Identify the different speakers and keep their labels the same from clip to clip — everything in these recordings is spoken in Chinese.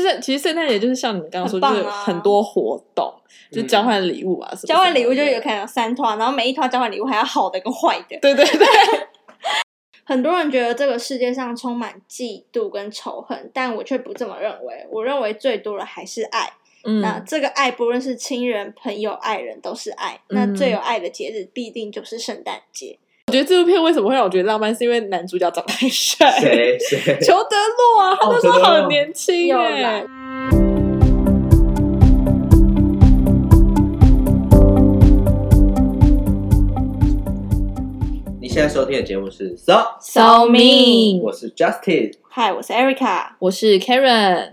Speaker 1: 圣其实圣诞节就是像你刚刚说，
Speaker 2: 很棒
Speaker 1: 就
Speaker 2: 啊
Speaker 1: 是很多活动，
Speaker 3: 嗯
Speaker 1: 就交换礼物啊什么什么的，
Speaker 2: 交换礼物就有可能有三套，啊然后每一套交换礼物还有好的跟坏的。
Speaker 1: 对对 对，
Speaker 2: 很多人觉得这个世界上充满嫉妒跟仇恨，但我却不这么认为。我认为最多的还是爱。那
Speaker 1: 嗯，
Speaker 2: 这个爱，不论是亲人、朋友、爱人，都是爱。那最有爱的节日，必定就是圣诞节。
Speaker 1: 我觉得这部片为什么会让我觉得浪漫，是因为男主角长得太帅，
Speaker 3: 谁谁
Speaker 1: 裘德洛啊，他那时候好年轻欸
Speaker 2: 又
Speaker 1: 耶、
Speaker 2: 来
Speaker 3: 你现在收听的节目是 So，
Speaker 2: So
Speaker 3: 我是 Justice，
Speaker 2: 嗨，我是 Erica。
Speaker 1: 我是 Karen。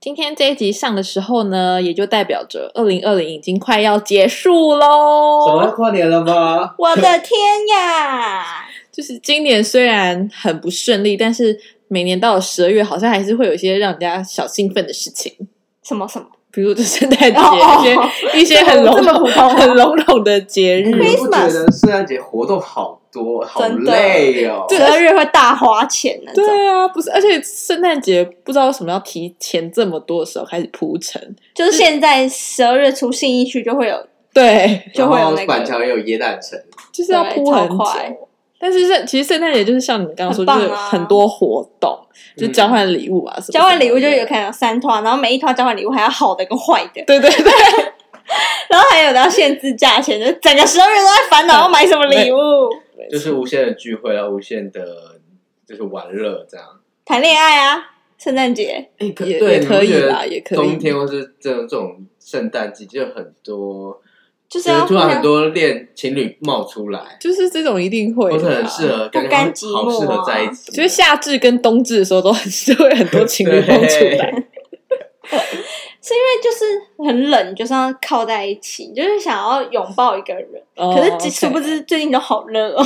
Speaker 1: 今天这一集上的时候呢，也就代表着二零二零已经快要结束
Speaker 3: 什么
Speaker 1: 喽。
Speaker 3: 跨年了吗？
Speaker 2: 我的天呀！
Speaker 1: 就是今年虽然很不顺利，但是每年到了十二月，好像还是会有一些让人家小兴奋的事情，
Speaker 2: 什么什么
Speaker 1: 比如这圣诞节，
Speaker 2: 哦
Speaker 1: 一些、
Speaker 2: 哦
Speaker 1: 一些很笼
Speaker 2: 这么
Speaker 1: 统、
Speaker 2: 普通啊嗯
Speaker 1: 很笼统的节日。
Speaker 3: 哎你不觉
Speaker 2: Christmas
Speaker 3: 得圣诞节活动好多，好
Speaker 2: 真的
Speaker 3: 累哦。
Speaker 2: 十二月会大花钱那种，
Speaker 1: 对啊，不是，而且圣诞节不知道为什么要提前这么多的时候开始铺陈，
Speaker 2: 就是现在十二月初信义区就会有，
Speaker 1: 对，
Speaker 2: 就会有那
Speaker 3: 然
Speaker 2: 个
Speaker 3: 后板桥也有椰蛋城，
Speaker 1: 就是要
Speaker 2: 对
Speaker 1: 铺很
Speaker 2: 超快
Speaker 1: 久。但是圣其实圣诞节就是像你刚刚说，
Speaker 2: 很棒啊
Speaker 1: 就是很多活动，
Speaker 3: 嗯
Speaker 1: 就交换礼物啊什么什么的。
Speaker 2: 交换礼物就有可能有三套，啊然后每一套交换礼物还有好的跟坏的，
Speaker 1: 对对对，
Speaker 2: 然后还有的要限制价钱，就是整个十二月都在烦恼要买什么礼物，
Speaker 3: 就是无限的聚会了，无限的，就是玩乐这样。
Speaker 2: 谈恋爱啊，圣诞节
Speaker 3: 哎，可
Speaker 1: 也
Speaker 3: 对，
Speaker 1: 也可以
Speaker 3: 你不觉得
Speaker 1: 啦也可以
Speaker 3: 冬天或是这种这种圣诞季，就很多，
Speaker 2: 就是
Speaker 3: 就
Speaker 2: 要
Speaker 3: 是
Speaker 2: 互
Speaker 3: 突然
Speaker 2: 相
Speaker 3: 很多恋情侣冒出来，
Speaker 1: 就是这种一定会
Speaker 3: 都是
Speaker 1: 的
Speaker 3: 很
Speaker 1: 啊。
Speaker 3: 适合，感觉
Speaker 2: 甘
Speaker 3: 好
Speaker 2: 寂
Speaker 3: 好
Speaker 2: 寞
Speaker 3: 适合
Speaker 2: 啊
Speaker 3: 在一起。
Speaker 1: 就是夏至跟冬至的时候都很 就会很多情侣蹦出来，
Speaker 2: 是因为就是很冷，就是要靠在一起，就是想要拥抱一个人。
Speaker 1: 哦
Speaker 2: 可是
Speaker 1: OK
Speaker 2: 即殊不知最近都好热哦，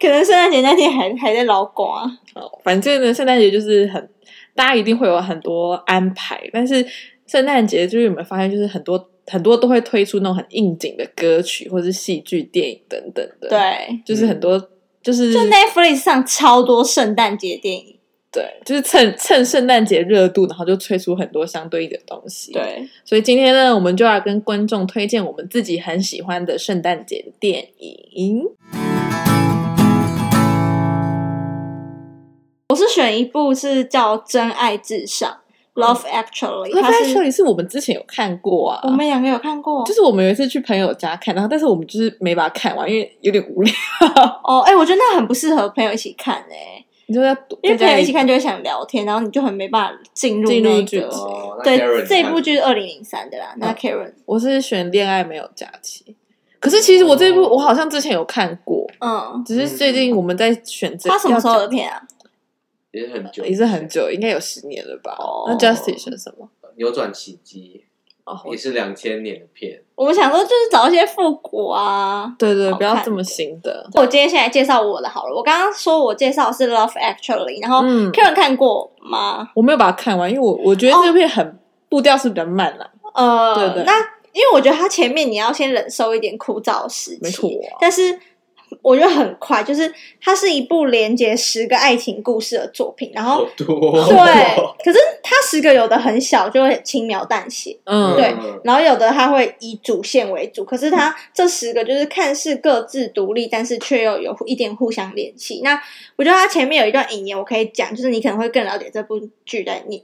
Speaker 2: 可能圣诞节那天还还在啊老瓜，
Speaker 1: 好反正呢，圣诞节就是很大家一定会有很多安排，但是圣诞节就是有没有发现，就是很多很多都会推出那种很应景的歌曲，或是戏剧、电影等等的。，
Speaker 2: 对，
Speaker 1: 就是很多就是
Speaker 2: 就 Netflix 上超多圣诞节电影，
Speaker 1: 对，就是趁趁圣诞节热度，然后就推出很多相对应的东西。，
Speaker 2: 对，
Speaker 1: 所以今天呢，我们就要跟观众推荐我们自己很喜欢的圣诞节的电影。
Speaker 2: 我是选一部是叫《真爱至上》（Love Actually），
Speaker 1: 那
Speaker 2: 它
Speaker 1: Actually
Speaker 2: 是
Speaker 1: 是我们之前有看过啊，
Speaker 2: 我们两个有看过，
Speaker 1: 就是我们有一次去朋友家看，然后但是我们就是没把它看完，因为有点无聊。
Speaker 2: 哦，哎、我觉得那很不适合朋友一起看哎、
Speaker 1: 你就在
Speaker 2: 因为朋友一起看
Speaker 1: 就
Speaker 2: 就会想聊天，然后你就很没办法进入
Speaker 1: 进入
Speaker 2: 那
Speaker 1: 剧
Speaker 2: 个。
Speaker 1: 情嗯
Speaker 3: 哦，那
Speaker 2: 对
Speaker 3: Karen，，
Speaker 2: 这
Speaker 3: 你
Speaker 2: 部
Speaker 3: 看
Speaker 2: 剧是二零零三的啦。那 Karen，
Speaker 1: 我是选恋爱没有假期，可是其实我这部
Speaker 3: 哦
Speaker 1: 我好像之前有看过，
Speaker 2: 嗯，
Speaker 1: 只是最近我们在选这
Speaker 2: 他什么时候
Speaker 1: 要
Speaker 2: 的片啊？
Speaker 3: 也是很久，
Speaker 1: 讲也是很久，应该有十年了吧？
Speaker 2: 哦
Speaker 1: 那 Justice 选什么？
Speaker 3: 扭转奇迹，
Speaker 1: 哦，我
Speaker 3: 也是两千年的片，
Speaker 2: 我们想说就是找一些复古啊。
Speaker 1: 对对，
Speaker 2: 好看
Speaker 1: 不要这么新的。
Speaker 2: 我今天先来介绍我的好了。我刚刚说我介绍的是《Love Actually》，然后
Speaker 1: 嗯
Speaker 2: Karen 哦看哦过吗？
Speaker 1: 我没有把它看完，因为我我觉得这部片很、步调是比较慢啦。
Speaker 2: 呃，
Speaker 1: 对对
Speaker 2: 那因为我觉得它前面你要先忍受一点枯燥的时期，
Speaker 1: 没错啊
Speaker 2: 但是我觉得很快，就是它是一部连接十个爱情故事的作品，然后
Speaker 3: 好多哦。
Speaker 2: 对，可是它十个有的很小，就会轻描淡写。
Speaker 1: 嗯，
Speaker 3: 哦
Speaker 2: 对然后有的它会以主线为主，可是它这十个就是看似各自独立，但是却又有一点互相联系。那我觉得它前面有一段引言，我可以讲，就是你可能会更了解这部剧在你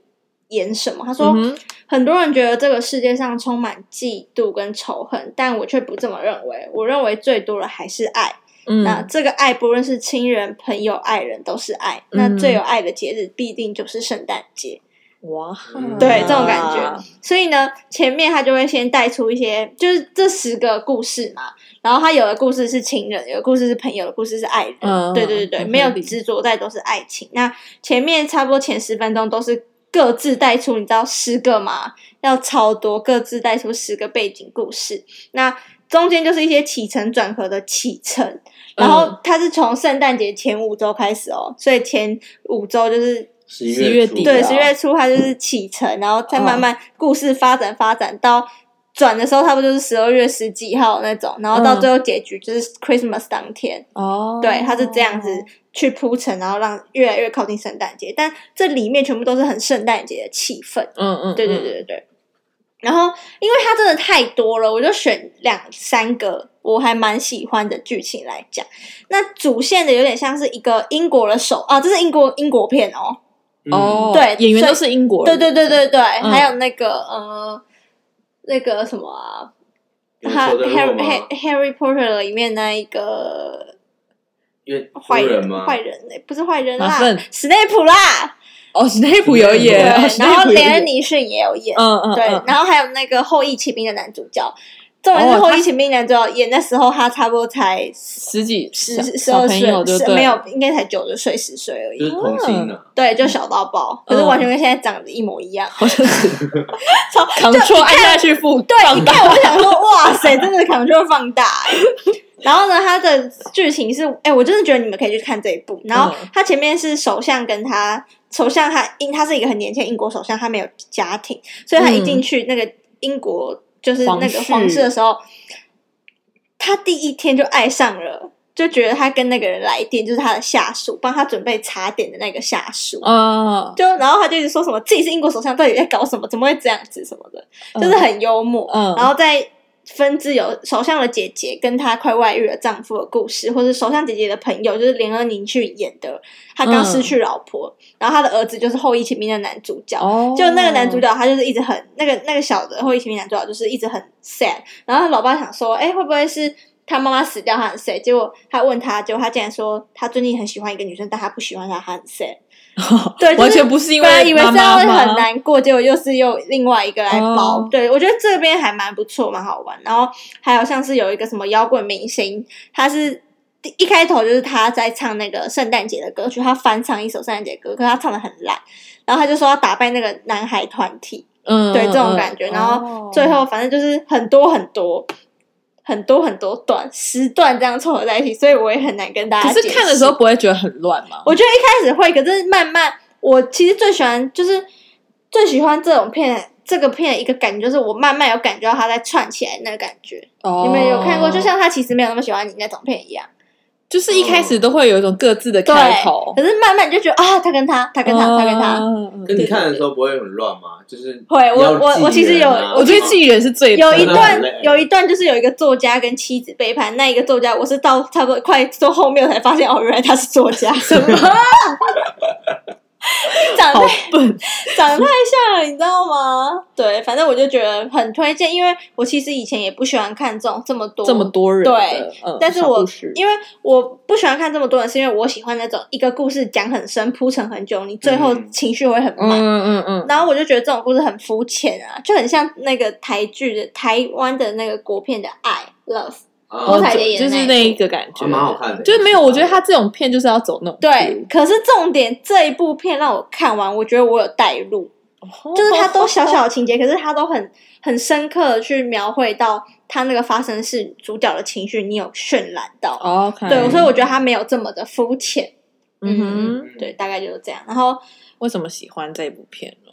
Speaker 2: 演什么。他说，
Speaker 1: 嗯哼
Speaker 2: 很多人觉得这个世界上充满嫉妒跟仇恨，但我却不这么认为。我认为最多的还是爱。
Speaker 1: 嗯，
Speaker 2: 那这个爱，不论是亲人、朋友、爱人，都是爱。
Speaker 1: 嗯
Speaker 2: 那最有爱的节日，必定就是圣诞节。
Speaker 1: 哇，
Speaker 3: 嗯
Speaker 2: 对这种感觉。所以呢，前面他就会先带出一些，就是这十个故事嘛。然后他有的故事是情人，有的故事是朋友，有的故事是爱人。
Speaker 1: 嗯
Speaker 2: 对对对对，
Speaker 1: 很合理
Speaker 2: 没有执着在都是爱情。那前面差不多前十分钟都是各自带出，你知道十个嘛，要超多，各自带出十个背景故事。那中间就是一些起承转合的起承，
Speaker 1: 嗯
Speaker 2: 然后它是从圣诞节前五周开始哦，所以前五周就是
Speaker 3: 十
Speaker 1: 十一月
Speaker 3: 一月初
Speaker 1: 底啊
Speaker 2: 对，
Speaker 1: 嗯
Speaker 2: 十月初它就是启程，然后再慢慢故事发展发展到转的时候差不多就是十二月十几号那种，然后到
Speaker 1: 嗯
Speaker 2: 最后结局就是 Christmas 当天，
Speaker 1: 哦，
Speaker 2: 对，它是这样子去铺陈，然后让越来越靠近圣诞节，但这里面全部都是很圣诞节的气氛。
Speaker 1: 嗯，嗯嗯，
Speaker 2: 对对对对对。然后，因为它真的太多了，我就选两三个我还蛮喜欢的剧情来讲。那主线的有点像是一个英国的首啊，这是英国英国片哦。
Speaker 3: 嗯
Speaker 1: 哦，
Speaker 2: 对
Speaker 1: 演员
Speaker 2: 所以
Speaker 1: 都是英国
Speaker 2: 对
Speaker 1: 人，
Speaker 2: 对对对对，
Speaker 1: 嗯
Speaker 2: 还有那个呃，那个什么啊，
Speaker 3: 有
Speaker 2: 哈
Speaker 3: 说的弱
Speaker 2: Harry
Speaker 3: 吗？
Speaker 2: Harry- Harry Potter 里面那一个
Speaker 3: 因为
Speaker 2: 坏
Speaker 3: 夫人吗？
Speaker 2: 坏人欸不是坏人
Speaker 1: 马
Speaker 2: 啦
Speaker 1: 粪，
Speaker 2: 史内普啦，
Speaker 1: 哦，史内普有
Speaker 2: 对，
Speaker 1: 演，哦史内
Speaker 2: 然后
Speaker 1: 普有演
Speaker 2: 连恩尼逊也有演，
Speaker 1: 嗯嗯，
Speaker 2: 对
Speaker 1: 嗯，
Speaker 2: 然后还有那个《后羿骑兵》的男主角，重点是《
Speaker 1: 哦
Speaker 2: 后
Speaker 1: 他
Speaker 2: 羿骑兵》男主角演那时候他差不多才
Speaker 1: 十几
Speaker 2: 十
Speaker 1: 小
Speaker 2: 十
Speaker 1: 小
Speaker 2: 二
Speaker 1: 朋
Speaker 2: 岁
Speaker 1: 友，就
Speaker 2: 十
Speaker 1: 对，
Speaker 2: 没有，应该才九十岁十岁而
Speaker 3: 就
Speaker 2: 已。
Speaker 3: 是童星啊，
Speaker 2: 对，就小到爆，可是
Speaker 1: 嗯
Speaker 2: 完全跟现在长得一模一样。
Speaker 1: 好像是
Speaker 2: 超
Speaker 1: Ctrl 按下去复
Speaker 2: 对，
Speaker 1: 放
Speaker 2: 一
Speaker 1: 大，
Speaker 2: 看我就想说，哇塞，真的 Ctrl 放大欸、然后呢，它的剧情是，哎、我真的觉得你们可以去看这一部。然后
Speaker 1: 嗯
Speaker 2: 它前面是首相跟他首相他英他是一个很年轻的英国首相，他没有家庭，所以他一进去那个英国就是那个
Speaker 1: 嗯皇室
Speaker 2: 皇室的时候，他第一天就爱上了。就觉得他跟那个人来电，就是他的下属，帮他准备茶点的那个下属。
Speaker 1: 嗯，
Speaker 2: 就然后他就一直说什么自己是英国首相，到底在搞什么？怎么会这样子什么的？
Speaker 1: 嗯
Speaker 2: 就是很幽默。
Speaker 1: 嗯
Speaker 2: 然后在分支有首相的姐姐跟她快外遇的丈夫的故事，或是首相姐姐的朋友，就是连恩宁去演的，他刚
Speaker 1: 嗯
Speaker 2: 失去老婆，然后他的儿子就是《后羿骑兵》的男主角。
Speaker 1: 哦，
Speaker 2: 就那个男 主角，他就是一直很那个那个小的后羿骑兵男主角，就是一直很 sad。然后他老爸想说，哎、会不会是他妈妈死掉，他很 sad？结果他问他，结果他竟然说他最近很喜欢一个女生，但他不喜欢她，他很 sad。对，就是
Speaker 1: 完全不是因
Speaker 2: 本来以
Speaker 1: 为
Speaker 2: 为
Speaker 1: 妈
Speaker 2: 这样
Speaker 1: 妈
Speaker 2: 会
Speaker 1: 吗
Speaker 2: 很难过，结果又是又另外一个来包。
Speaker 1: 哦
Speaker 2: 对我觉得这边还蛮不错，蛮好玩。然后还有像是有一个什么摇滚明星，他是第一开头就是他在唱那个圣诞节的歌曲，他翻唱一首圣诞节歌，可是他唱的很烂，然后他就说要打败那个男孩团体，
Speaker 1: 嗯，
Speaker 2: 对
Speaker 1: 嗯
Speaker 2: 这种
Speaker 1: 嗯
Speaker 2: 感觉
Speaker 1: 哦
Speaker 2: 然最后反正就是很多很多。很多很多段十段这样凑合在一起，所以我也很难跟大家
Speaker 1: 可
Speaker 2: 解释。
Speaker 1: 是看的时候不会觉得很乱吗？
Speaker 2: 我觉得一开始会，可是慢慢，我其实最喜欢就是最喜欢这种片，这个片一个感觉就是我慢慢有感觉到它在串起来那个感觉。
Speaker 1: 哦
Speaker 2: 你们有看过？就像他其实没有那么喜欢你那种片一样，
Speaker 1: 就是一开始
Speaker 2: 嗯
Speaker 1: 都会有一种各自的
Speaker 2: 对
Speaker 1: 开头。，
Speaker 2: 可是慢慢你就觉得啊，他跟他，他跟他，他跟他，
Speaker 1: 嗯
Speaker 3: 可你看的时候不会很乱吗？就是
Speaker 2: 会我
Speaker 3: 要
Speaker 2: 我
Speaker 3: 记
Speaker 2: 我其实
Speaker 3: 人啊
Speaker 2: 有
Speaker 3: 然后
Speaker 1: 我觉得自己人是最
Speaker 2: 有一
Speaker 3: 真的
Speaker 2: 段
Speaker 3: 很累
Speaker 2: 有一段就是有一个作家跟妻子背叛，那一个作家我是到差不多快到后面我才发现哦，原来他是作家，什么？ 长
Speaker 1: 好
Speaker 2: 太
Speaker 1: 笨，
Speaker 2: 长太像了，你知道吗？对，反正我就觉得很推荐，因为我其实以前也不喜欢看这种这么多
Speaker 1: 这么多人的
Speaker 2: 对，
Speaker 1: 嗯
Speaker 2: 但是
Speaker 1: 小
Speaker 2: 我
Speaker 1: 故事
Speaker 2: 因为我不喜欢看这么多人，是因为我喜欢那种一个故事讲很深、铺陈很久，你最后
Speaker 3: 嗯
Speaker 2: 情绪会很
Speaker 1: 嗯
Speaker 2: 满。
Speaker 1: 嗯嗯嗯，
Speaker 2: 然后我就觉得这种故事很肤浅啊，就很像那个台剧的台湾的那个国片的《爱 Love》，
Speaker 3: 啊
Speaker 2: 郭采
Speaker 1: 哦就
Speaker 2: 洁演的
Speaker 1: 就是
Speaker 2: 那
Speaker 1: 那
Speaker 2: 一
Speaker 1: 一个感觉，
Speaker 3: 还哦蛮好看的，
Speaker 1: 就是没有，我觉得他这种片就是要走那种
Speaker 2: 对。可是重点这一部片让我看完，我觉得我有代入，
Speaker 1: 路，
Speaker 2: 就是它都小小的 情节，可是它都很很深刻的去描绘到它那个发生是主角的情绪，你有渲染到。
Speaker 1: 哦，看
Speaker 2: 对，所以我觉得它没有这么的肤浅。
Speaker 1: 嗯哼，
Speaker 3: 嗯
Speaker 2: 对，大概就是这样。然后
Speaker 1: 为什么喜欢这部片呢？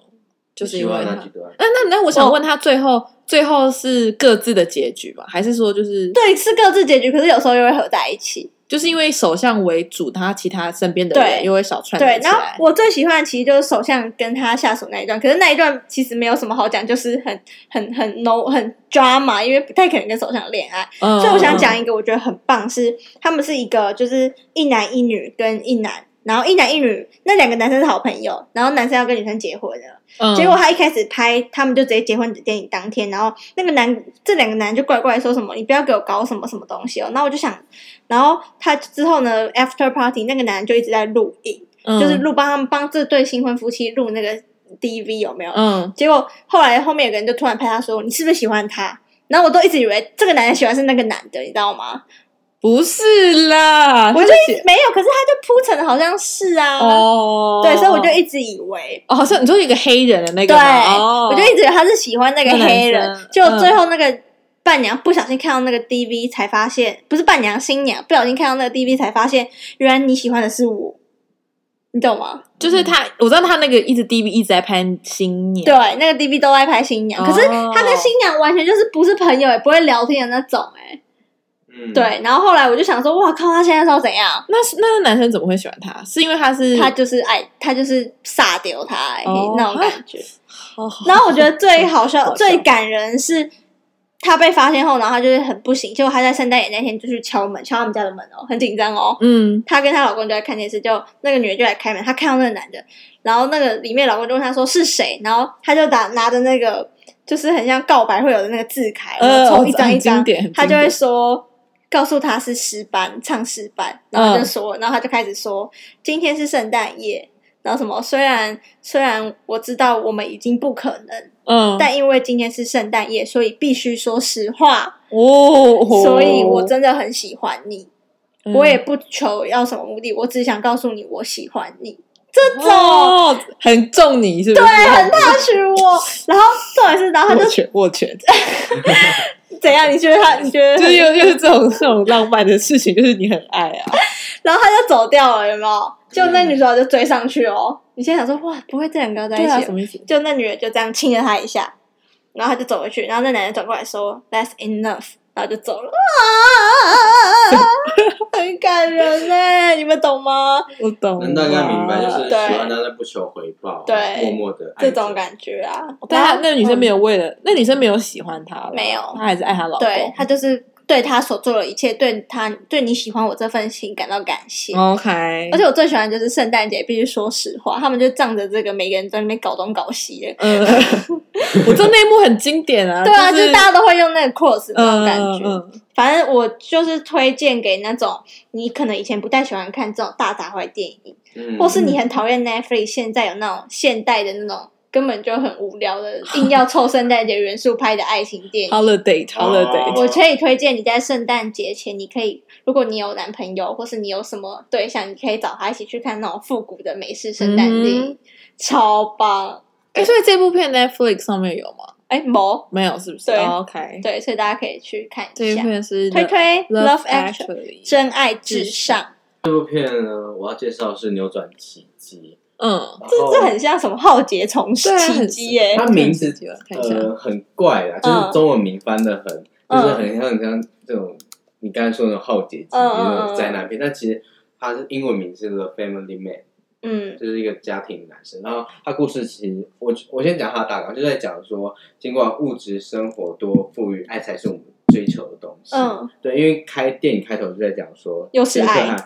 Speaker 1: 就是
Speaker 3: 喜
Speaker 1: 因为
Speaker 3: 欢
Speaker 1: 它
Speaker 3: 哪几段？
Speaker 1: 那那那，我想
Speaker 2: 我
Speaker 1: 问他最后最后是各自的结局吧？还是说就是
Speaker 2: 对是各自结局，可是有时候又会合在一起。
Speaker 1: 就是因为首相为主，他其他身边的人
Speaker 2: 对
Speaker 1: 又会小串
Speaker 2: 对
Speaker 1: 联，起
Speaker 2: 然后
Speaker 1: 来？
Speaker 2: 我最喜欢的其实就是首相跟他下属那一段，可是那一段其实没有什么好讲，就是很很很 no 很 drama，因为不太可能跟首相恋爱。
Speaker 1: 嗯
Speaker 2: 所以我想讲一个我觉得很棒是，他们是一个就是一男一女跟一男，然后一男一女那两个男生是好朋友，然后男生要跟女生结婚了，
Speaker 1: 嗯
Speaker 2: 结果他一开始拍他们就直接结婚的电影当天，然后那个男这两个男就怪怪说什么你不要给我搞什么什么东西哦，那我就想，然后他之后呢 after party 那个男就一直在录影，
Speaker 1: 嗯
Speaker 2: 就是录帮他们帮这对新婚夫妻录那个 DV 有没有？
Speaker 1: 嗯
Speaker 2: 结果后来后面有个人就突然拍他说：“你是不是喜欢他？”然后我都一直以为这个男人喜欢是那个男的，你知道吗？
Speaker 1: 不是啦，
Speaker 2: 我
Speaker 1: 他
Speaker 2: 就是
Speaker 1: 写
Speaker 2: 没有，可是他就铺陈的好像是啊，
Speaker 1: 哦，
Speaker 2: 对，所以我就一直以为，
Speaker 1: 哦，好像你说有一个黑人的那个
Speaker 2: 对，
Speaker 1: 吗，哦
Speaker 2: 我就一直以为他是喜欢那个黑
Speaker 1: 那男
Speaker 2: 人
Speaker 1: 生，
Speaker 2: 就最后那个伴娘不小心看到那个 DV 才发现，不是伴娘新娘不小心看到那个 DV 才发现，原来你喜欢的是我。你懂吗？
Speaker 1: 就是他，我知道他那个一直 DV 一直在拍新年，
Speaker 2: 嗯对，啊那个 DB 都在拍新娘，可是
Speaker 1: 哦
Speaker 2: 他跟新娘完全就是不是朋友，也不会聊天的那种、哎，
Speaker 3: 嗯，
Speaker 2: 对。然后后来我就想说，哇靠，他现在是要怎样？
Speaker 1: 那是那那男生怎么会喜欢他？是因为他是
Speaker 2: 他就是爱，他就是撒丢他、哎
Speaker 1: 哦
Speaker 2: 那种感觉。
Speaker 1: 哦，
Speaker 2: 然后我觉得最好笑、
Speaker 1: 好笑
Speaker 2: 最感人是，他被发现后，然后他就是很不行，结果他在圣诞节那天就去敲门，敲他们家的门哦，很紧张哦。
Speaker 1: 嗯，
Speaker 2: 她跟她老公就在看电视，就那个女的就来开门，她看到那个男的，然后那个里面老公就问她说是谁，然后她就打拿着那个就是很像告白会有的那个字卡，
Speaker 1: 呃
Speaker 2: 然后抽一张一
Speaker 1: 很经
Speaker 2: 张
Speaker 1: 典很，
Speaker 2: 她
Speaker 1: 经
Speaker 2: 就会
Speaker 1: 典
Speaker 2: 说。告诉她是诗班，唱诗班，然后她就
Speaker 1: 嗯
Speaker 2: 说，然后她就开始说，今天是圣诞夜，然后什么，虽然虽然我知道我们已经不可能，
Speaker 1: 嗯，
Speaker 2: 但因为今天是圣诞夜，所以必须说实话，
Speaker 1: 哦，
Speaker 2: 所以我真的很喜欢你。
Speaker 1: 嗯
Speaker 2: 我也不求要什么目的，我只想告诉你我喜欢你。这种、
Speaker 1: 哦，很中你是不是？对，很
Speaker 2: 他娶我，然后重点是，然啊后他
Speaker 1: 握
Speaker 2: 就
Speaker 1: 拳握 拳，
Speaker 2: 怎样？你觉得他？你觉得
Speaker 1: 就
Speaker 2: 他？
Speaker 1: 是又又是这种这种浪漫的事情，就是你很爱啊，
Speaker 2: 然后他就走掉了，有没有？就那女主角就追上去哦。你现在想说，哇，不会这两个在一起哦？
Speaker 1: 么意思？
Speaker 2: 就那女的就这样亲了他一下，然后他就走回去，然后那男的转过来说，That's enough，然后就走了。啊，很感人呢，你们懂 吗？
Speaker 1: 我懂，啊
Speaker 3: 能大概明白，就是喜
Speaker 2: 对
Speaker 3: 欢他但不求回报，啊
Speaker 2: 对
Speaker 3: 默默的
Speaker 2: 这种感觉啊。
Speaker 1: 但
Speaker 2: 然
Speaker 1: 他
Speaker 2: 后
Speaker 1: 那个女生
Speaker 2: 嗯
Speaker 1: 没有为了，那女生没有喜欢他了，
Speaker 2: 没有
Speaker 1: 她还是爱她老公。
Speaker 2: 对他就是对他所做的一切，对他对你喜欢我这份心感到感谢。
Speaker 1: ，OK，
Speaker 2: 而且我最喜欢的就是圣诞节，必须说实话，他们就仗着这个，每个人在那边搞东搞西的。
Speaker 1: 嗯， 我这那一幕很经典啊，
Speaker 2: 对啊，就是是大家都会用那个 cos 那种感觉。
Speaker 1: 嗯嗯嗯
Speaker 2: 反正我就是推荐给那种你可能以前不太喜欢看这种大杂烩电影，
Speaker 3: 嗯，
Speaker 2: 或是你很讨厌 Netflix 现在有那种现代的那种根本就很无聊的，硬要凑圣诞节元素拍的爱情电影。
Speaker 1: ，holiday holiday，
Speaker 3: 哦
Speaker 2: 我可以推荐你在圣诞节前，你可以，如果你有男朋友或是你有什么对象，你可以找他一起去看那种复古的美式圣诞电影，超棒！
Speaker 1: 哎，嗯所以这部片 Netflix 上面有吗？
Speaker 2: 哎，某
Speaker 1: 没有，是不是
Speaker 2: 对
Speaker 1: 哦？OK，
Speaker 2: 对，所以大家可以去看
Speaker 1: 这
Speaker 2: 一
Speaker 1: 一
Speaker 2: 下。
Speaker 1: 片是
Speaker 2: 推
Speaker 1: The
Speaker 2: 推 Love Actually，
Speaker 1: Actually，
Speaker 2: 真爱至上，
Speaker 3: 这部片呢，我要介绍是《扭转奇迹
Speaker 1: 嗯》，，
Speaker 3: 然
Speaker 2: 这
Speaker 3: 后
Speaker 2: 这很像什么浩劫重
Speaker 1: 对啊
Speaker 2: 启
Speaker 1: 很
Speaker 2: 机耶、
Speaker 3: 它名字
Speaker 1: 看一下，
Speaker 3: 呃很怪啊，就是中文名翻的很，
Speaker 2: 嗯
Speaker 3: 就是很像像这种你刚才说的那种浩劫集
Speaker 2: 嗯嗯嗯
Speaker 3: 那种灾难片，但其实它是英文名是 The Family Man。
Speaker 2: 嗯
Speaker 3: 就是一个家庭男生。然后他故事其实，我我先讲他的大纲，就在讲说，尽管物质生活多富裕，爱才是我们追求的东西。，
Speaker 2: 嗯
Speaker 3: 对，因为开电影开头就在讲说，
Speaker 2: 又是
Speaker 3: 杰克
Speaker 2: 爱
Speaker 3: 和，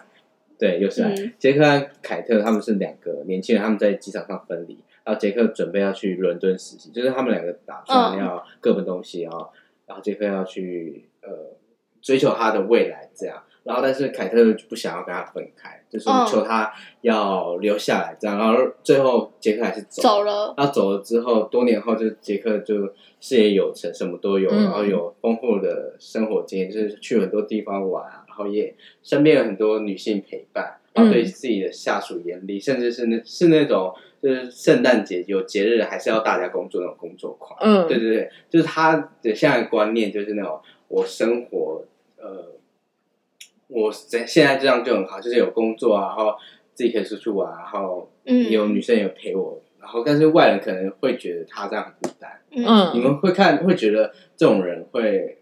Speaker 3: 对，又是爱。
Speaker 2: 嗯
Speaker 3: 杰克和凯特他们是两个年轻人，他们在机场上分离，然后杰克准备要去伦敦实习，就是他们两个打
Speaker 2: 嗯
Speaker 3: 算要各奔东西，然后然后杰克要去呃追求他的未来这样。然后，但是凯特就不想要跟他分开，就是
Speaker 2: 嗯
Speaker 3: 求他要留下来，这样。然后最后杰克还是走了
Speaker 2: 走了，
Speaker 3: 他走了之后，多年后就是杰克就事业有成，什么都有，
Speaker 1: 嗯
Speaker 3: 然后有丰富的生活经验，就是去很多地方玩啊，然后也身边有很多女性陪伴，然后对自己的下属严厉，甚至是那是那种就是圣诞节有节日还是要大家工作那种工作狂。
Speaker 1: 嗯，
Speaker 3: 对对对，就是他的现在的观念就是那种我生活呃，我现现在这样就很好，就是有工作啊，然后自己可以出去玩啊，然后
Speaker 2: 嗯
Speaker 3: 有女生也陪我，然后但是外人可能会觉得他这样很孤单，
Speaker 2: 嗯，
Speaker 1: 嗯，
Speaker 3: 你们会看会觉得这种人会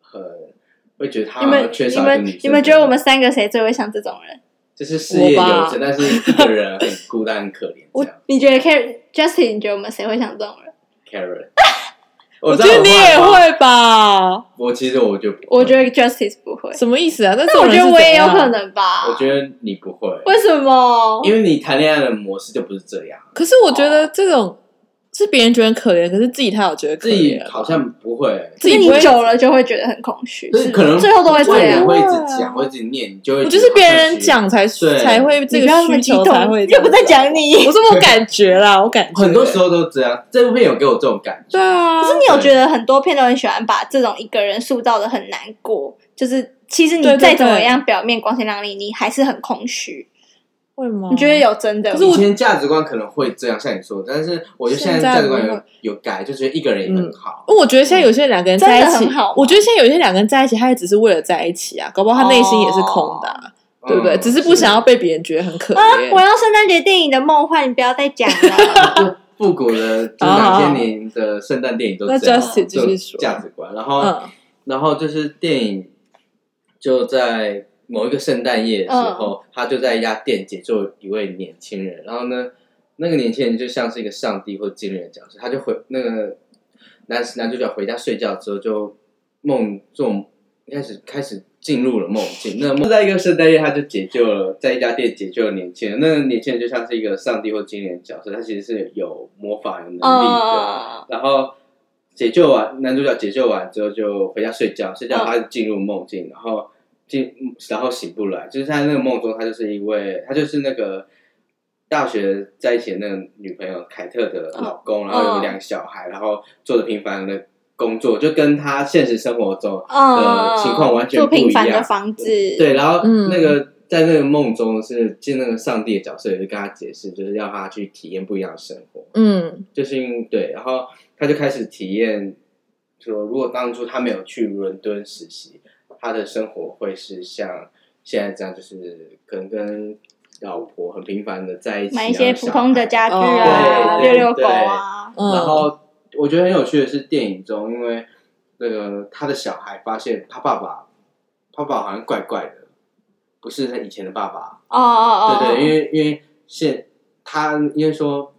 Speaker 3: 很会啊觉得他
Speaker 2: 你们
Speaker 3: 缺
Speaker 2: 你
Speaker 3: 少一个女
Speaker 2: 们
Speaker 3: 生
Speaker 2: 你们觉得我们三个谁最会像这种人？
Speaker 3: 就是事业
Speaker 1: 我吧
Speaker 3: 有成，但是一个人很孤单、很可怜这样。
Speaker 2: 你觉得 Karen Justin，你觉得我们谁会像这种人？
Speaker 3: Karen，
Speaker 1: 我
Speaker 3: 知
Speaker 1: 觉
Speaker 3: 道
Speaker 1: 得你也
Speaker 3: 我爸妈，
Speaker 1: 会吧？
Speaker 3: 我其实我就不会
Speaker 2: 我觉得 Justice 不会，
Speaker 1: 什么意思啊？但是
Speaker 2: 但我觉得我也有可
Speaker 1: 能。
Speaker 2: 能吧。
Speaker 3: 我觉得你不会，
Speaker 2: 为什
Speaker 1: 哦
Speaker 2: 么？
Speaker 3: 因为你谈恋爱的模式就不是这样，
Speaker 1: 可是我觉得这种是别人觉得很可怜，可是自己他有觉得可
Speaker 3: 自己
Speaker 1: 怜，啊
Speaker 3: 好像不会，
Speaker 1: 自己
Speaker 2: 因
Speaker 1: 不
Speaker 2: 为
Speaker 1: 会
Speaker 2: 你久了就会觉得很空虚，
Speaker 3: 就是可能
Speaker 2: 最后都会这
Speaker 3: 外人
Speaker 2: 样。
Speaker 3: 会一直讲，会一直念，你就会
Speaker 1: 啊我就是
Speaker 3: 觉得
Speaker 1: 别
Speaker 3: 好像
Speaker 1: 人
Speaker 3: 是
Speaker 1: 讲才
Speaker 3: 对
Speaker 1: 才会这
Speaker 2: 你不
Speaker 1: 个
Speaker 2: 要那么
Speaker 1: 需
Speaker 2: 激
Speaker 1: 求
Speaker 2: 动
Speaker 1: 才会，
Speaker 2: 又不在讲你。
Speaker 1: 我是我感觉啦，我感觉
Speaker 3: 很多时候都这样。这部片有给我这种感觉，
Speaker 1: 对啊，
Speaker 2: 可是你有觉得很多片都很喜欢把这种一个人塑造的很难过，就是其实你
Speaker 1: 对对
Speaker 2: 再怎么
Speaker 1: 对
Speaker 2: 样表面光鲜亮丽，你还是很空虚。
Speaker 1: 会吗？
Speaker 2: 你觉得有真的？
Speaker 1: 哦可是
Speaker 3: 以
Speaker 1: 我
Speaker 3: 前价值观可能会这样，像你说的，但是我觉得现在
Speaker 1: 现在
Speaker 3: 价值观
Speaker 1: 不会
Speaker 3: 有有改，就觉得一个人也很好。
Speaker 1: 因为我觉得现在有些两个人在一
Speaker 2: 真的
Speaker 1: 起
Speaker 2: 很好吗，
Speaker 1: 我觉得现在有些两个人在一起，他也只是为了在一起啊，搞不好他内心也是空的啊。
Speaker 3: 哦
Speaker 1: 对不对？
Speaker 3: 嗯
Speaker 1: 只是不想要被别人觉得很可
Speaker 2: 啊！我
Speaker 1: 怜。
Speaker 2: 要圣诞节电影的梦幻，你不要再讲了。
Speaker 3: 就复古的，就是
Speaker 1: 好好好
Speaker 3: 哪些年的圣诞电影都
Speaker 1: 那
Speaker 3: 这样
Speaker 1: Justin 继
Speaker 3: 这
Speaker 1: 续
Speaker 3: 种
Speaker 1: 说
Speaker 3: 价值观。然后，
Speaker 1: 嗯，
Speaker 3: 然后就是电影就在某一个圣诞夜的时
Speaker 2: 嗯
Speaker 3: 候，他就在一家店解救一位年轻人。然后呢，那个年轻人就像是一个上帝或精灵的角色，他就回那个男男主角回家睡觉之后就梦中开始开始进入了梦境。那梦在一个圣诞夜，他就解救了在一家店解救了年轻人。那个年轻人就像是一个上帝或精灵的角色，他其实是有魔法有能力的。
Speaker 2: 嗯，
Speaker 3: 然后解救完男主角解救完之后就回家睡觉，睡觉
Speaker 2: 嗯
Speaker 3: 他就进入梦境，然后进然后醒不来，就是他在那个梦中，他就是一位他就是那个大学在一起的那个女朋友凯特的老公，然后有两个小孩，然后做着平凡的工作，就跟他现实生活中
Speaker 2: 嗯，
Speaker 3: 情况完全
Speaker 2: 住
Speaker 3: 不一样
Speaker 2: 平凡的房子，
Speaker 3: 对，然后
Speaker 1: 嗯
Speaker 3: 那个、在那个梦中是见那个上帝的角色，也是跟他解释，就是要他去体验不一样的生活。
Speaker 1: 嗯
Speaker 3: 就是因为对，然后他就开始体验说，如果当初他没有去伦敦实习，他的生活会是像现在这样，就是可能跟老婆很频繁的在一起，啊
Speaker 2: 买一些
Speaker 3: 然后
Speaker 2: 普
Speaker 3: 小
Speaker 2: 通的
Speaker 3: 孩
Speaker 2: 家具
Speaker 1: 哦
Speaker 2: 啊，
Speaker 1: 对
Speaker 2: 遛
Speaker 1: 对
Speaker 2: 遛狗啊，
Speaker 1: 嗯，
Speaker 3: 哦然后我觉得很有趣的是，电影中因为那个他的小孩发现他爸爸，他爸爸好像怪怪的，不是他以前的爸爸，
Speaker 2: 哦哦哦，
Speaker 3: 对对，因为因为现他因为说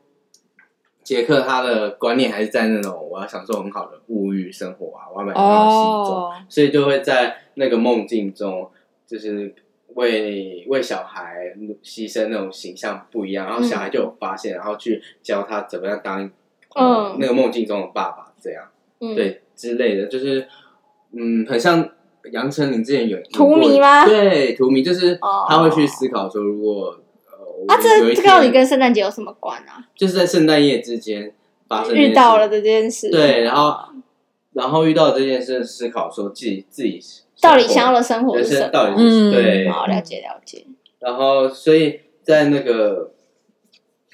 Speaker 3: 杰克他的观念还是在那种我要享受很好的物欲生活啊，我要买很好的西装，
Speaker 1: 哦，
Speaker 3: 所以就会在那个梦境中，就是为为小孩牺牲那种形象不一样，然后小孩就有发现，然后去教他怎么样当、呃
Speaker 2: 嗯
Speaker 3: 那个梦境中的爸爸这样，
Speaker 2: 嗯，
Speaker 3: 对之类的，就是嗯，很像杨丞琳之前有
Speaker 2: 荼蘼吗
Speaker 3: 对，荼蘼就是
Speaker 2: 哦
Speaker 3: 他会去思考说，如果呃，我
Speaker 2: 啊，
Speaker 3: 有
Speaker 2: 这
Speaker 3: 一
Speaker 2: 这到底
Speaker 3: 天
Speaker 2: 跟圣诞节有什么关啊？
Speaker 3: 就是在圣诞夜之间发生这件
Speaker 2: 遇
Speaker 3: 事
Speaker 2: 到了嗯这件事，
Speaker 3: 对，然后然后遇到这件事，思考说自己自己
Speaker 2: 到底想要的生活
Speaker 3: 人
Speaker 2: 是什
Speaker 3: 生
Speaker 2: 么
Speaker 3: 到？底是
Speaker 1: 嗯
Speaker 3: 对，
Speaker 2: 好，了解了解，
Speaker 3: 然后所以在那个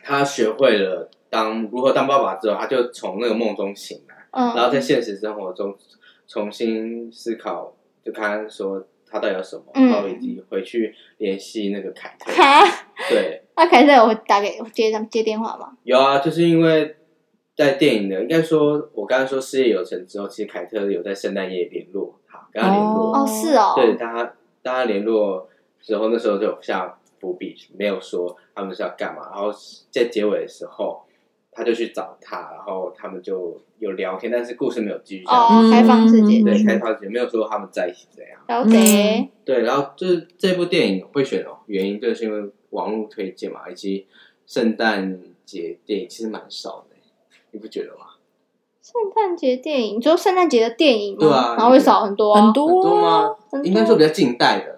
Speaker 3: 他学会了当如何当爸爸之后，他就从那个梦中醒来。
Speaker 2: 嗯，
Speaker 3: 然后在现实生活中重新思考，就看说他到底有什么，
Speaker 2: 嗯
Speaker 3: 然后以及回去联系那个凯特。
Speaker 2: 哈，
Speaker 3: 对，
Speaker 2: 那凯特有打给接他接电话吗？
Speaker 3: 有啊，就是因为在电影的，应该说我刚刚说事业有成之后，其实凯特有在圣诞夜联络他，跟他联络，
Speaker 1: 哦
Speaker 2: 哦，是哦，
Speaker 3: 对，大家大家联络之后，那时候就有下伏笔，没有说他们是要干嘛，然后在结尾的时候。他就去找他，然后他们就有聊天，但是故事没有继续下去。
Speaker 2: 哦，开放式结
Speaker 1: 嗯
Speaker 3: 对，
Speaker 2: 局，
Speaker 3: 开发也没有说他们在一起这样。
Speaker 2: 了解，
Speaker 3: 对，然后就是这部电影会选哦，原因就是因为网络推荐嘛，以及圣诞节电影其实蛮少的，你不觉得吗？
Speaker 2: 圣诞节电影，你说圣诞节的电影吗？
Speaker 3: 对啊
Speaker 2: 然后会少很多，
Speaker 1: 很
Speaker 3: 很多
Speaker 1: 多啊，
Speaker 3: 吗？
Speaker 2: 真的
Speaker 3: 应该说比较近代的啦。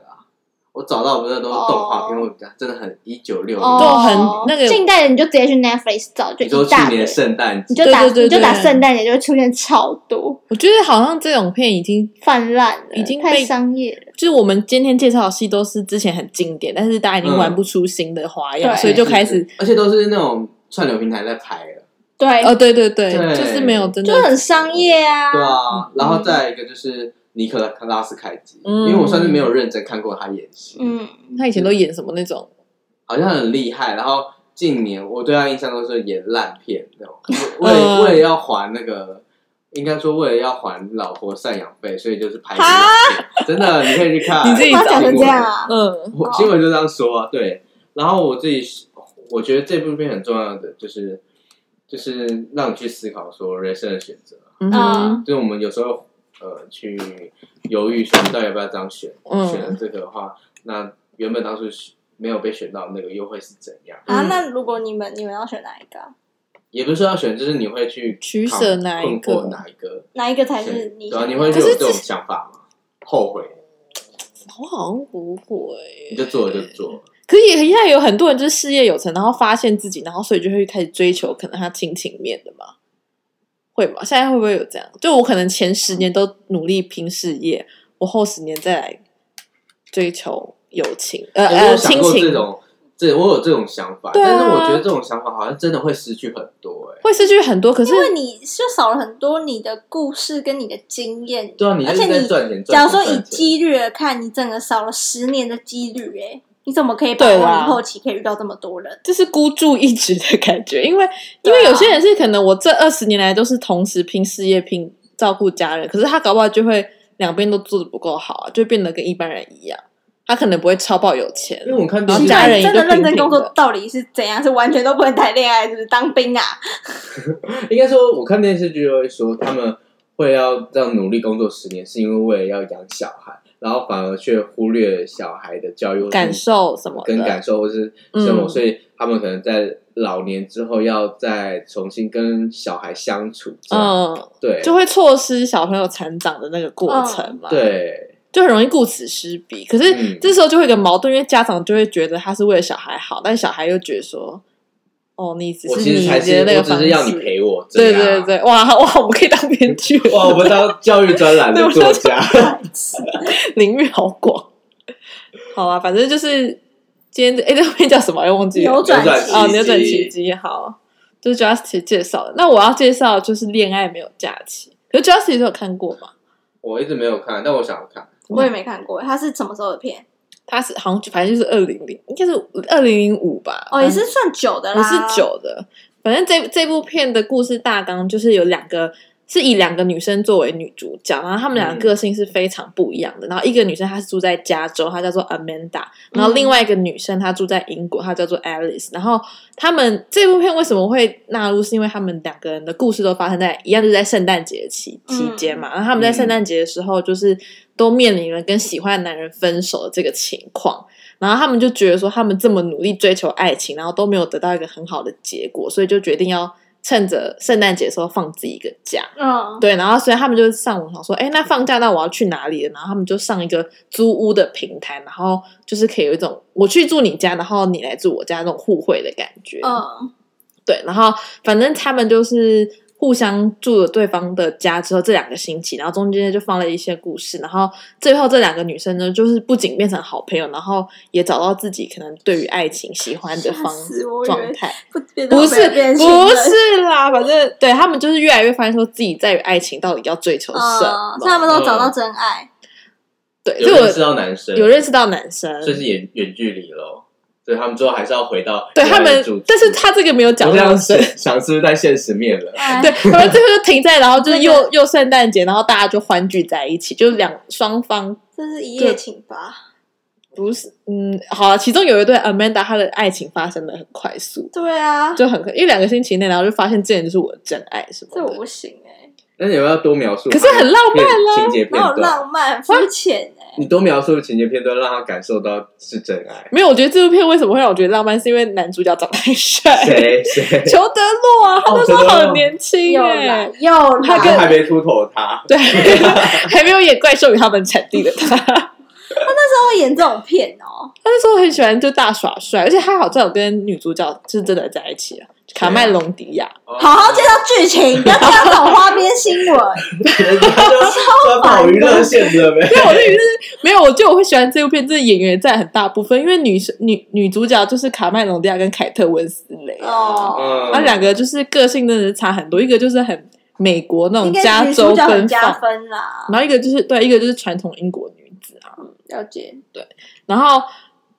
Speaker 3: 我找到的不是都是动画片，
Speaker 2: 哦
Speaker 3: 我比较真的很一九六
Speaker 2: 哦，
Speaker 1: 都
Speaker 3: 零，
Speaker 1: 很那个
Speaker 2: 近代的你就直接去 Netflix 找，就
Speaker 3: 你说
Speaker 2: 一
Speaker 3: 去
Speaker 2: 大堆
Speaker 3: 年，圣诞
Speaker 2: 你
Speaker 3: 节，
Speaker 2: 就打
Speaker 1: 对对对
Speaker 2: 你就打
Speaker 1: 对
Speaker 2: 圣诞节就会出现超多，
Speaker 1: 我觉得好像这种片已经
Speaker 2: 泛滥了，
Speaker 1: 已经被
Speaker 2: 太商业了。
Speaker 1: 就是我们今天介绍的戏都是之前很经典，但是大家已经玩不出新的花样，
Speaker 2: 嗯
Speaker 1: 所以就开始
Speaker 3: 是，而且都是那种串流平台在拍的，
Speaker 2: 对，
Speaker 1: 哦，对对对，
Speaker 3: 对
Speaker 1: 就是没有真的
Speaker 2: 就，很商业啊。
Speaker 3: 对啊。然后再来一个就是尼可拉斯凯奇，
Speaker 1: 嗯
Speaker 3: 因为我算是没有认真看过他演戏，
Speaker 2: 嗯，
Speaker 1: 他以前都演什么那种，
Speaker 3: 好像很厉害。然后近年我对他印象都是演烂片那 种，为
Speaker 1: 嗯
Speaker 2: 呃
Speaker 3: 为为了要还那个，应该说为了要还老婆赡养费，所以就是拍烂片。真的，你可以去 看。
Speaker 1: 你自己
Speaker 2: 他
Speaker 1: 找
Speaker 2: 讲成
Speaker 3: 新闻
Speaker 2: 这样啊，
Speaker 1: 嗯
Speaker 3: 我新闻就这样说啊，对。然后我自己是，我觉得这部片很重要的就是，就是让你去思考说人生的选择。
Speaker 1: 嗯哼
Speaker 2: 嗯
Speaker 3: 就是我们有时候呃去犹豫说你到底要不要这样选，
Speaker 1: 嗯
Speaker 3: 选了这个的话，那原本当初是没有被选到的那个又会是怎样？
Speaker 2: 啊
Speaker 1: 嗯，
Speaker 2: 那如果你们你们要选哪一个啊？
Speaker 3: 也不是说要选，就是你会去
Speaker 1: 取舍哪一个
Speaker 3: 困惑哪一个，
Speaker 2: 哪一个才是你
Speaker 3: 对啊，
Speaker 2: 想
Speaker 3: 你
Speaker 2: 要？
Speaker 3: 会有
Speaker 1: 可是
Speaker 3: 这种想法吗？后悔
Speaker 1: 我好像不会
Speaker 3: 你，就做了就做了，
Speaker 1: 可是也现在有很多人就是事业有成，然后发现自己，然后所以就会开始追求可能他亲情面的嘛，会吗？现在会不会有这样？就我可能前十年都努力拼事业，我后十年再来追求友情，呃
Speaker 3: 我
Speaker 1: 呃，
Speaker 3: 有想
Speaker 1: 亲
Speaker 3: 过
Speaker 1: 情
Speaker 3: 这种，这我有这种想法，
Speaker 1: 对啊
Speaker 3: 但是我觉得这种想法好像真的会失去很多哎。
Speaker 1: 会失去很多，可是
Speaker 2: 因为你就少了很多你的故事跟你的经验。
Speaker 3: 对啊，你就
Speaker 2: 而
Speaker 3: 是
Speaker 2: 且
Speaker 3: 在
Speaker 2: 你
Speaker 3: 赚钱，
Speaker 2: 假如说
Speaker 3: 赚钱
Speaker 2: 以
Speaker 3: 赚钱。
Speaker 2: 几率来看，你整个少了十年的几率、欸，你怎么可以把握
Speaker 1: 对啊啦
Speaker 2: 你后期可以遇到这么多人？
Speaker 1: 就是孤注一掷的感觉，因为因
Speaker 2: 对啊
Speaker 1: 为有些人是可能我这二十年来都是同时拼事业、拼照顾家人，可是他搞不好就会两边都做的不够好啊，就变得跟一般人一样，他可能不会超爆有钱
Speaker 3: 因为，我看
Speaker 1: 然
Speaker 3: 到
Speaker 1: 后
Speaker 2: 奇
Speaker 1: 家
Speaker 2: 怪
Speaker 1: 人也
Speaker 2: 真
Speaker 1: 就
Speaker 2: 的认
Speaker 1: 平
Speaker 2: 真
Speaker 1: 平
Speaker 2: 工作
Speaker 1: 的
Speaker 2: 到底是怎样？是完全都不能谈恋爱，是不是当兵啊？
Speaker 3: 应该说，我看电视剧就会说，他们会要让努力工作十年，是因为为了要养小孩，然后反而却忽略小孩的教育或是
Speaker 1: 感受什么的
Speaker 3: 跟感受或是生活，
Speaker 1: 嗯
Speaker 3: 所以他们可能在老年之后要再重新跟小孩相处，这样
Speaker 1: 嗯，
Speaker 3: 对，
Speaker 1: 就会错失小朋友成长的那个过程嘛，，
Speaker 3: 嗯对，
Speaker 1: 就很容易顾此失彼。可是
Speaker 3: 嗯
Speaker 1: 这时候就会有一个矛盾，因为家长就会觉得他是为了小孩好，但小孩又觉得说，哦，你只
Speaker 3: 我
Speaker 1: 是
Speaker 3: 其
Speaker 1: 你
Speaker 3: 实才
Speaker 1: 的
Speaker 3: 是
Speaker 1: 那
Speaker 3: 我
Speaker 1: 个
Speaker 3: 只
Speaker 1: 方
Speaker 3: 是
Speaker 1: 式，
Speaker 3: 要你陪我，
Speaker 1: 对
Speaker 3: 这样啊
Speaker 1: 对。对，哇 哇，我们可以当编剧了，
Speaker 3: 哇，我们当教育专栏的作家，
Speaker 1: 领域好广。好啊，反正就是今天的哎，这部片叫什么？又忘记了
Speaker 2: 扭转
Speaker 3: 转
Speaker 2: 期
Speaker 1: 哦，
Speaker 3: 奇
Speaker 1: 扭转
Speaker 3: 迹
Speaker 1: 奇迹。好，就是 Justice 介绍的。那我要介绍的就是《恋爱没有假期》，可是 Justice 有看过吗？
Speaker 3: 我一直没有看，但我想要看。
Speaker 1: 嗯
Speaker 2: 我也没看过，它是什么时候的片？
Speaker 1: 它是好像反正就是二零零，应该是二零零五吧。
Speaker 2: 哦，也是算久的
Speaker 1: 不
Speaker 2: 啦，
Speaker 1: 嗯是。久的。反正这这部片的故事大纲就是有两个是以两个女生作为女主角，然后她们两个
Speaker 3: 嗯
Speaker 1: 个性是非常不一样的。然后一个女生她是住在加州，她叫做 Amanda，然后另外一个女生她住在英国，她叫做 Alice。然后她们这部片为什么会纳入，是因为她们两个人的故事都发生在一样，就是在圣诞节期
Speaker 2: 嗯
Speaker 1: 期间嘛。然后她们在圣诞节的时候，就是都面临了跟喜欢的男人分手的这个情况。然后他们就觉得说，他们这么努力追求爱情，然后都没有得到一个很好的结果，所以就决定要趁着圣诞节的时候放自己一个假。
Speaker 2: 嗯，
Speaker 1: 对，然后所以他们就上网想说，哎，那放假那我要去哪里？然后他们就上一个租屋的平台，然后就是可以有一种我去住你家，然后你来住我家那种互惠的感觉。
Speaker 2: 嗯，
Speaker 1: 对，然后反正他们就是互相住了对方的家之后，这两个星期，然后中间就放了一些故事，然后最后这两个女生呢，就是不仅变成好朋友，然后也找到自己可能对于爱情喜欢的
Speaker 2: 吓
Speaker 1: 方
Speaker 2: 死我以
Speaker 1: 状
Speaker 2: 为
Speaker 1: 态。
Speaker 2: 不觉得
Speaker 1: 不
Speaker 2: 我没
Speaker 1: 是
Speaker 2: 有变性
Speaker 1: 不
Speaker 2: 人
Speaker 1: 是啦，反正对他们就是越来越发现说自己在于爱情到底要追求什么
Speaker 2: 嗯，，所以他们都找到真爱。
Speaker 1: 对，
Speaker 3: 有
Speaker 1: 所以
Speaker 3: 认识
Speaker 1: 我
Speaker 3: 到男生，
Speaker 1: 有认识到男生，
Speaker 3: 所以是远远距离咯。所以他们最后还是要回到
Speaker 1: 对他
Speaker 3: 原来的
Speaker 1: 们
Speaker 3: 住址，
Speaker 1: 但是他这个没有讲
Speaker 3: 我这
Speaker 1: 那么
Speaker 3: 样
Speaker 1: 深
Speaker 3: 想，，想是不是太现实面了？
Speaker 2: 哎
Speaker 1: 嗯对， 他们最后就停在，然后就是
Speaker 2: 这个
Speaker 1: 又又圣诞节，然后大家就欢聚在一起，就是两双方
Speaker 2: 这是一夜情吧？
Speaker 1: 不是，嗯，好啊，其中有一对 Amanda，她的爱情发生的很快速，
Speaker 2: 对啊，
Speaker 1: 就很因为两个星期内，然后就发现这人就是我的真爱什
Speaker 2: 这
Speaker 1: 么
Speaker 2: 我
Speaker 1: 的，
Speaker 2: 不行哎，
Speaker 3: 那你们要多描述，
Speaker 1: 可是很浪漫啊啦
Speaker 3: 情节片
Speaker 2: 哪有
Speaker 3: 段，
Speaker 2: 浪漫肤浅哎？
Speaker 3: 你多描述情节片段，让他感受到是真爱。
Speaker 1: 没有，我觉得这部片为什么会让我觉得浪漫，是因为男主角长得太帅，
Speaker 3: 谁谁？
Speaker 1: 裘德洛啊，他那时候
Speaker 3: 裘德洛
Speaker 1: 好年轻
Speaker 2: 又
Speaker 1: 哎、
Speaker 2: 来又
Speaker 1: 他
Speaker 2: 来
Speaker 1: 跟，
Speaker 3: 还没秃头他，
Speaker 1: 对， 还没有演《怪兽与他们产地》的他， 他
Speaker 2: 都演这种片哦。
Speaker 1: 那时候很喜欢就大耍帅，而且他好像有跟女主角是真的在一起啊，卡麦隆迪亚，
Speaker 3: 哦
Speaker 2: 好好介绍剧情，不要介绍这种花边新闻。
Speaker 3: 人家就抓跑娱乐线 了呗。
Speaker 1: 对，我的意思是没有，我觉得我会喜欢这部片，这演员也占很大部分，因为女生女女主角就是卡麦隆迪亚跟凯特温斯雷，
Speaker 2: 哦，
Speaker 3: 嗯
Speaker 1: 她、两个就是个性真的是差很多，一个就是很美国那种
Speaker 2: 应该
Speaker 1: 加
Speaker 2: 女主
Speaker 1: 州
Speaker 2: 角很
Speaker 1: 奔
Speaker 2: 加
Speaker 1: 放，
Speaker 2: 分啦。
Speaker 1: 然后一个就是对，一个就是传统英国女子啊，
Speaker 2: 了解，
Speaker 1: 然后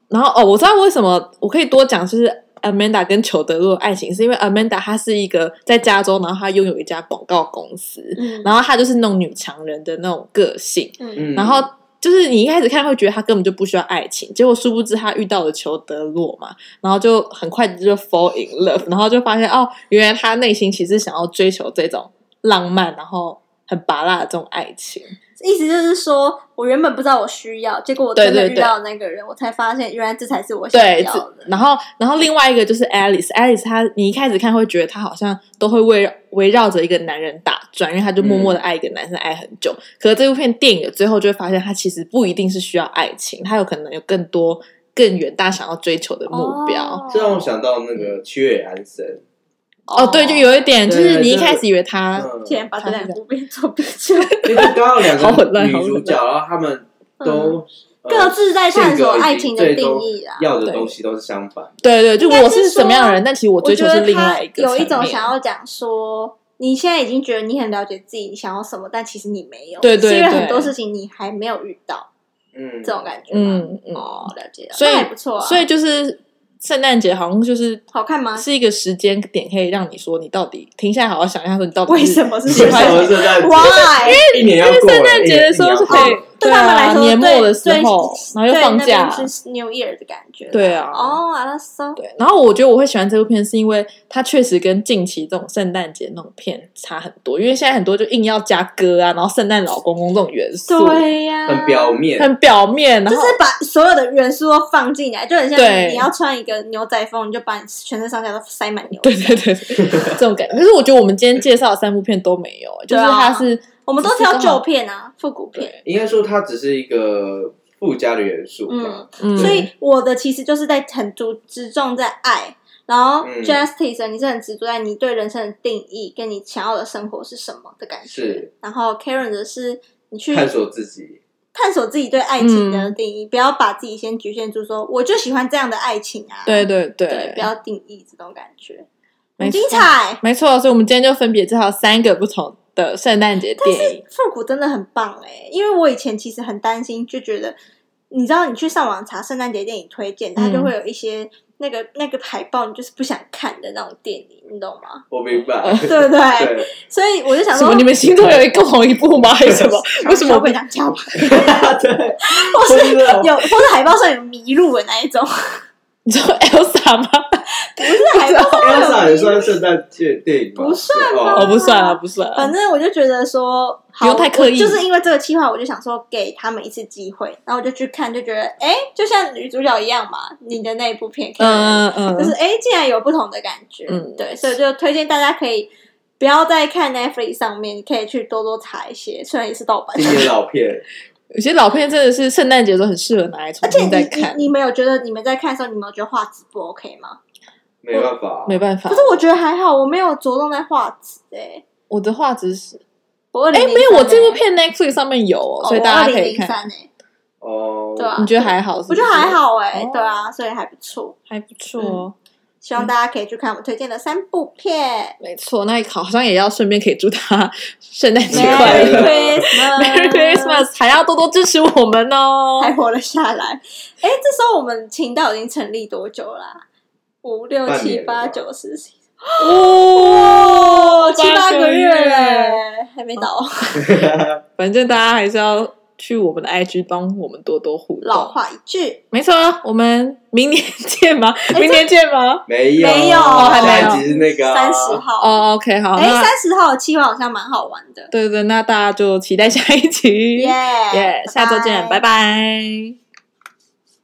Speaker 1: 然后哦，我知道为什么我可以多讲，就是 Amanda 跟裘德洛的爱情，是因为 Amanda 她是一个在加州，然后她拥有一家广告公司，
Speaker 2: 嗯
Speaker 1: 然后她就是那种女强人的那种个性。
Speaker 2: 嗯，
Speaker 3: 嗯
Speaker 1: 然后就是你一开始看会觉得他根本就不需要爱情，结果殊不知他遇到了裘德洛嘛，然后就很快就 fall in love，然后就发现哦，原来他内心其实想要追求这种浪漫，然后很拔辣的这种爱情。
Speaker 2: 意思就是说我原本不知道我需要，结果我真
Speaker 1: 对
Speaker 2: 的
Speaker 1: 对
Speaker 2: 遇
Speaker 1: 对
Speaker 2: 到那个人，我才发现原来这才是我想
Speaker 1: 对，
Speaker 2: 要
Speaker 1: 这
Speaker 2: 的。
Speaker 1: 然后然后另外一个就是 Alice，Alice 她你一开始看会觉得她好像都会围绕围绕着一个男人打转，因为她就默
Speaker 2: 嗯
Speaker 1: 默的爱一个男生爱很久。可是这部片电影的最后就会发现，她其实不一定是需要爱情，她有可能有更多更远大想要追求的目标。
Speaker 2: 哦
Speaker 3: 这让我想到那个七月与安生，
Speaker 1: 哦，对，就有一点，就
Speaker 3: 对
Speaker 1: 是你一
Speaker 3: 就是
Speaker 1: 开始以为他，
Speaker 3: 嗯
Speaker 2: 天哦把这两部变做比较，
Speaker 3: 因为刚好两
Speaker 1: 好混
Speaker 3: 个
Speaker 1: 乱
Speaker 3: 女主角，然后他们都呃
Speaker 2: 嗯各自在探索爱情的
Speaker 3: 性格以及最
Speaker 2: 定
Speaker 3: 终
Speaker 2: 义啦。
Speaker 3: 要的东西都是相反。
Speaker 1: 对对，就
Speaker 2: 应该
Speaker 1: 我
Speaker 2: 是
Speaker 1: 是什么样的人，但其实我追
Speaker 2: 我觉
Speaker 1: 求
Speaker 2: 得
Speaker 1: 是
Speaker 2: 他
Speaker 1: 另外一个
Speaker 2: 有一
Speaker 1: 层
Speaker 2: 种
Speaker 1: 面
Speaker 2: 想要讲说，你现在已经觉得你很了解自己，你想要什么，但其实你没有，
Speaker 1: 对对
Speaker 2: 是因为
Speaker 1: 对
Speaker 2: 很多事情你还没有遇到。
Speaker 3: 嗯，
Speaker 2: 这种感觉吗？
Speaker 1: 嗯嗯，
Speaker 2: 哦，了解了，
Speaker 1: 所以
Speaker 2: 那还不错啊。
Speaker 1: 所以就是圣诞节好像就是
Speaker 2: 好看吗？
Speaker 1: 是一个时间点，可以让你说你到底停下来好好想一下，哦说你到底
Speaker 2: 为什么是
Speaker 1: 喜
Speaker 3: 为什
Speaker 1: 欢
Speaker 3: 么圣诞节？
Speaker 2: Why？
Speaker 3: 一年要
Speaker 1: 因为
Speaker 3: 过了，
Speaker 1: 圣诞节的时候是可以
Speaker 2: 哦，对他们来
Speaker 1: 啊，
Speaker 2: 说，
Speaker 1: 年末
Speaker 2: 对
Speaker 1: 的时
Speaker 2: 对
Speaker 1: 候，然后又
Speaker 2: 对
Speaker 1: 放
Speaker 2: 那
Speaker 1: 假
Speaker 2: 边，是 New Year 的感觉。
Speaker 1: 对啊
Speaker 2: 哦，完了，so
Speaker 1: 对。然后我觉得我会喜欢这部片，是因为它确实跟近期这种圣诞节那种片差很多，因为现在很多就硬要加歌啊，然后圣诞老公公这种元素，
Speaker 2: 对呀，
Speaker 3: 很表面，
Speaker 1: 嗯很表面，然
Speaker 2: 就是
Speaker 1: 后
Speaker 2: 把所有的元素都放进来，就很像
Speaker 1: 对
Speaker 2: 你要穿一个牛仔风，你就把你全身上下都塞满牛
Speaker 1: 对
Speaker 2: 仔。
Speaker 1: 对对，对这种感觉。可是我觉得我们今天介绍的三部片都没有，就
Speaker 2: 对
Speaker 1: 是
Speaker 2: 啊
Speaker 1: 它是
Speaker 2: 我们都挑旧片啊，复古片。
Speaker 3: 应该说它只是一个附加的元素吧。
Speaker 1: 嗯，
Speaker 2: 所以我的其实就是在很注只重在爱，然后
Speaker 3: 嗯
Speaker 2: justice 你是很执着在你对人生的定义跟你想要的生活是什么的感觉
Speaker 3: 是，
Speaker 2: 然后 Karen 的是你去
Speaker 3: 探索自己，
Speaker 2: 探索自己对爱情的
Speaker 1: 嗯
Speaker 2: 定义，不要把自己先局限住说我就喜欢这样的爱情啊，
Speaker 1: 对对对，
Speaker 2: 对，不要定义这种感觉，
Speaker 1: 没
Speaker 2: 很
Speaker 1: 错
Speaker 2: 精彩。
Speaker 1: 没错。所以我们今天就分别介绍三个不同的圣诞节电影。
Speaker 2: 复古真的很棒哎、因为我以前其实很担心，就觉得你知道，你去上网查圣诞节电影推荐，它就会有一些那个那个海报，你就是不想看的那种电影，你懂 吗？
Speaker 3: 我明白。
Speaker 1: 嗯
Speaker 2: 对不对？
Speaker 3: 对，
Speaker 2: 所以我就想
Speaker 1: 什
Speaker 2: 说
Speaker 1: 么？，你们心中有一共同一部吗？还是什 么？ 为什么
Speaker 2: 会啊讲敲吧？
Speaker 3: 对，
Speaker 2: 或
Speaker 3: 不
Speaker 2: 是
Speaker 3: 知道
Speaker 2: 有，或是海报上有迷路的那一种，
Speaker 1: 你说 Elsa 吗？
Speaker 2: 不是海报上有
Speaker 3: Elsa 也
Speaker 2: 迷路。
Speaker 3: 算圣诞节电影吗？
Speaker 2: 不算
Speaker 3: 是
Speaker 2: 吧
Speaker 1: 哦，
Speaker 3: 哦，
Speaker 1: 不算了，不算了。
Speaker 2: 反正我就觉得说，
Speaker 1: 不
Speaker 2: 好
Speaker 1: 用太刻意
Speaker 2: 我就是因为这个计划，我就想说给他们一次机会，然后我就去看，就觉得哎、诶就像女主角一样嘛，你的那一部片，
Speaker 1: 嗯嗯
Speaker 2: 就是
Speaker 1: 嗯，
Speaker 2: 哎、诶竟然有不同的感觉，
Speaker 1: 嗯
Speaker 2: 对，所以就推荐大家可以不要再看 Netflix 上面，你可以去多多查一些，虽然也是盗版，
Speaker 3: 经典老片，
Speaker 1: 有些老片真的是圣诞节都很适合拿来重
Speaker 2: 而且
Speaker 1: 新
Speaker 2: 你
Speaker 1: 再
Speaker 2: 你
Speaker 1: 看，
Speaker 2: 你们有觉得你们在看的时候，你们有觉得画质不 OK 吗？
Speaker 3: 没办法，
Speaker 1: 没办法
Speaker 2: 可。是我觉得还好，我没有着重在画质哎。
Speaker 1: 我的画质是，
Speaker 2: 我哎、
Speaker 1: 哎，没有，我这部片 Netflix 上面有哦，所以大家可以看。
Speaker 2: 看。哎，
Speaker 3: 哦，
Speaker 2: 对啊
Speaker 1: 你觉得还好是
Speaker 2: 我
Speaker 1: 不是？
Speaker 2: 觉得还好嗯哎、
Speaker 1: 哦
Speaker 2: 对啊，所以还不错。
Speaker 1: 还不错哦。
Speaker 2: 希望大家可以去看我们推荐的三部片。
Speaker 1: 没错，那好像也要顺便可以祝他圣诞节快
Speaker 2: Merry
Speaker 1: 乐
Speaker 3: 乐
Speaker 1: ，Merry
Speaker 2: Christmas，Merry
Speaker 1: Christmas，还要多多支持我们哦。
Speaker 2: 还活了下来。哎、这时候我们频道已经成立多久啦、五六
Speaker 3: 半
Speaker 2: 七
Speaker 3: 年了吧
Speaker 2: 八九十十一
Speaker 1: 哦
Speaker 2: 哦，七八个月
Speaker 1: 嘞，
Speaker 2: 嘞，还没到。
Speaker 1: 反正大家还是要去我们的 IG 帮我们多多互
Speaker 2: 老
Speaker 1: 动。
Speaker 2: 话一句，
Speaker 1: 没错，我们明年见吗？
Speaker 2: 哎
Speaker 1: 明年见吗？
Speaker 3: 没有，
Speaker 2: 没有
Speaker 1: 还没有
Speaker 3: 下一集是那个啊
Speaker 2: 三十号。
Speaker 1: 哦，OK，好，
Speaker 2: 哎、
Speaker 1: 那
Speaker 2: 三十号的计划好像蛮好玩的。
Speaker 1: 对对，那大家就期待下一集，
Speaker 2: 耶
Speaker 1: 耶，下周见，拜。拜。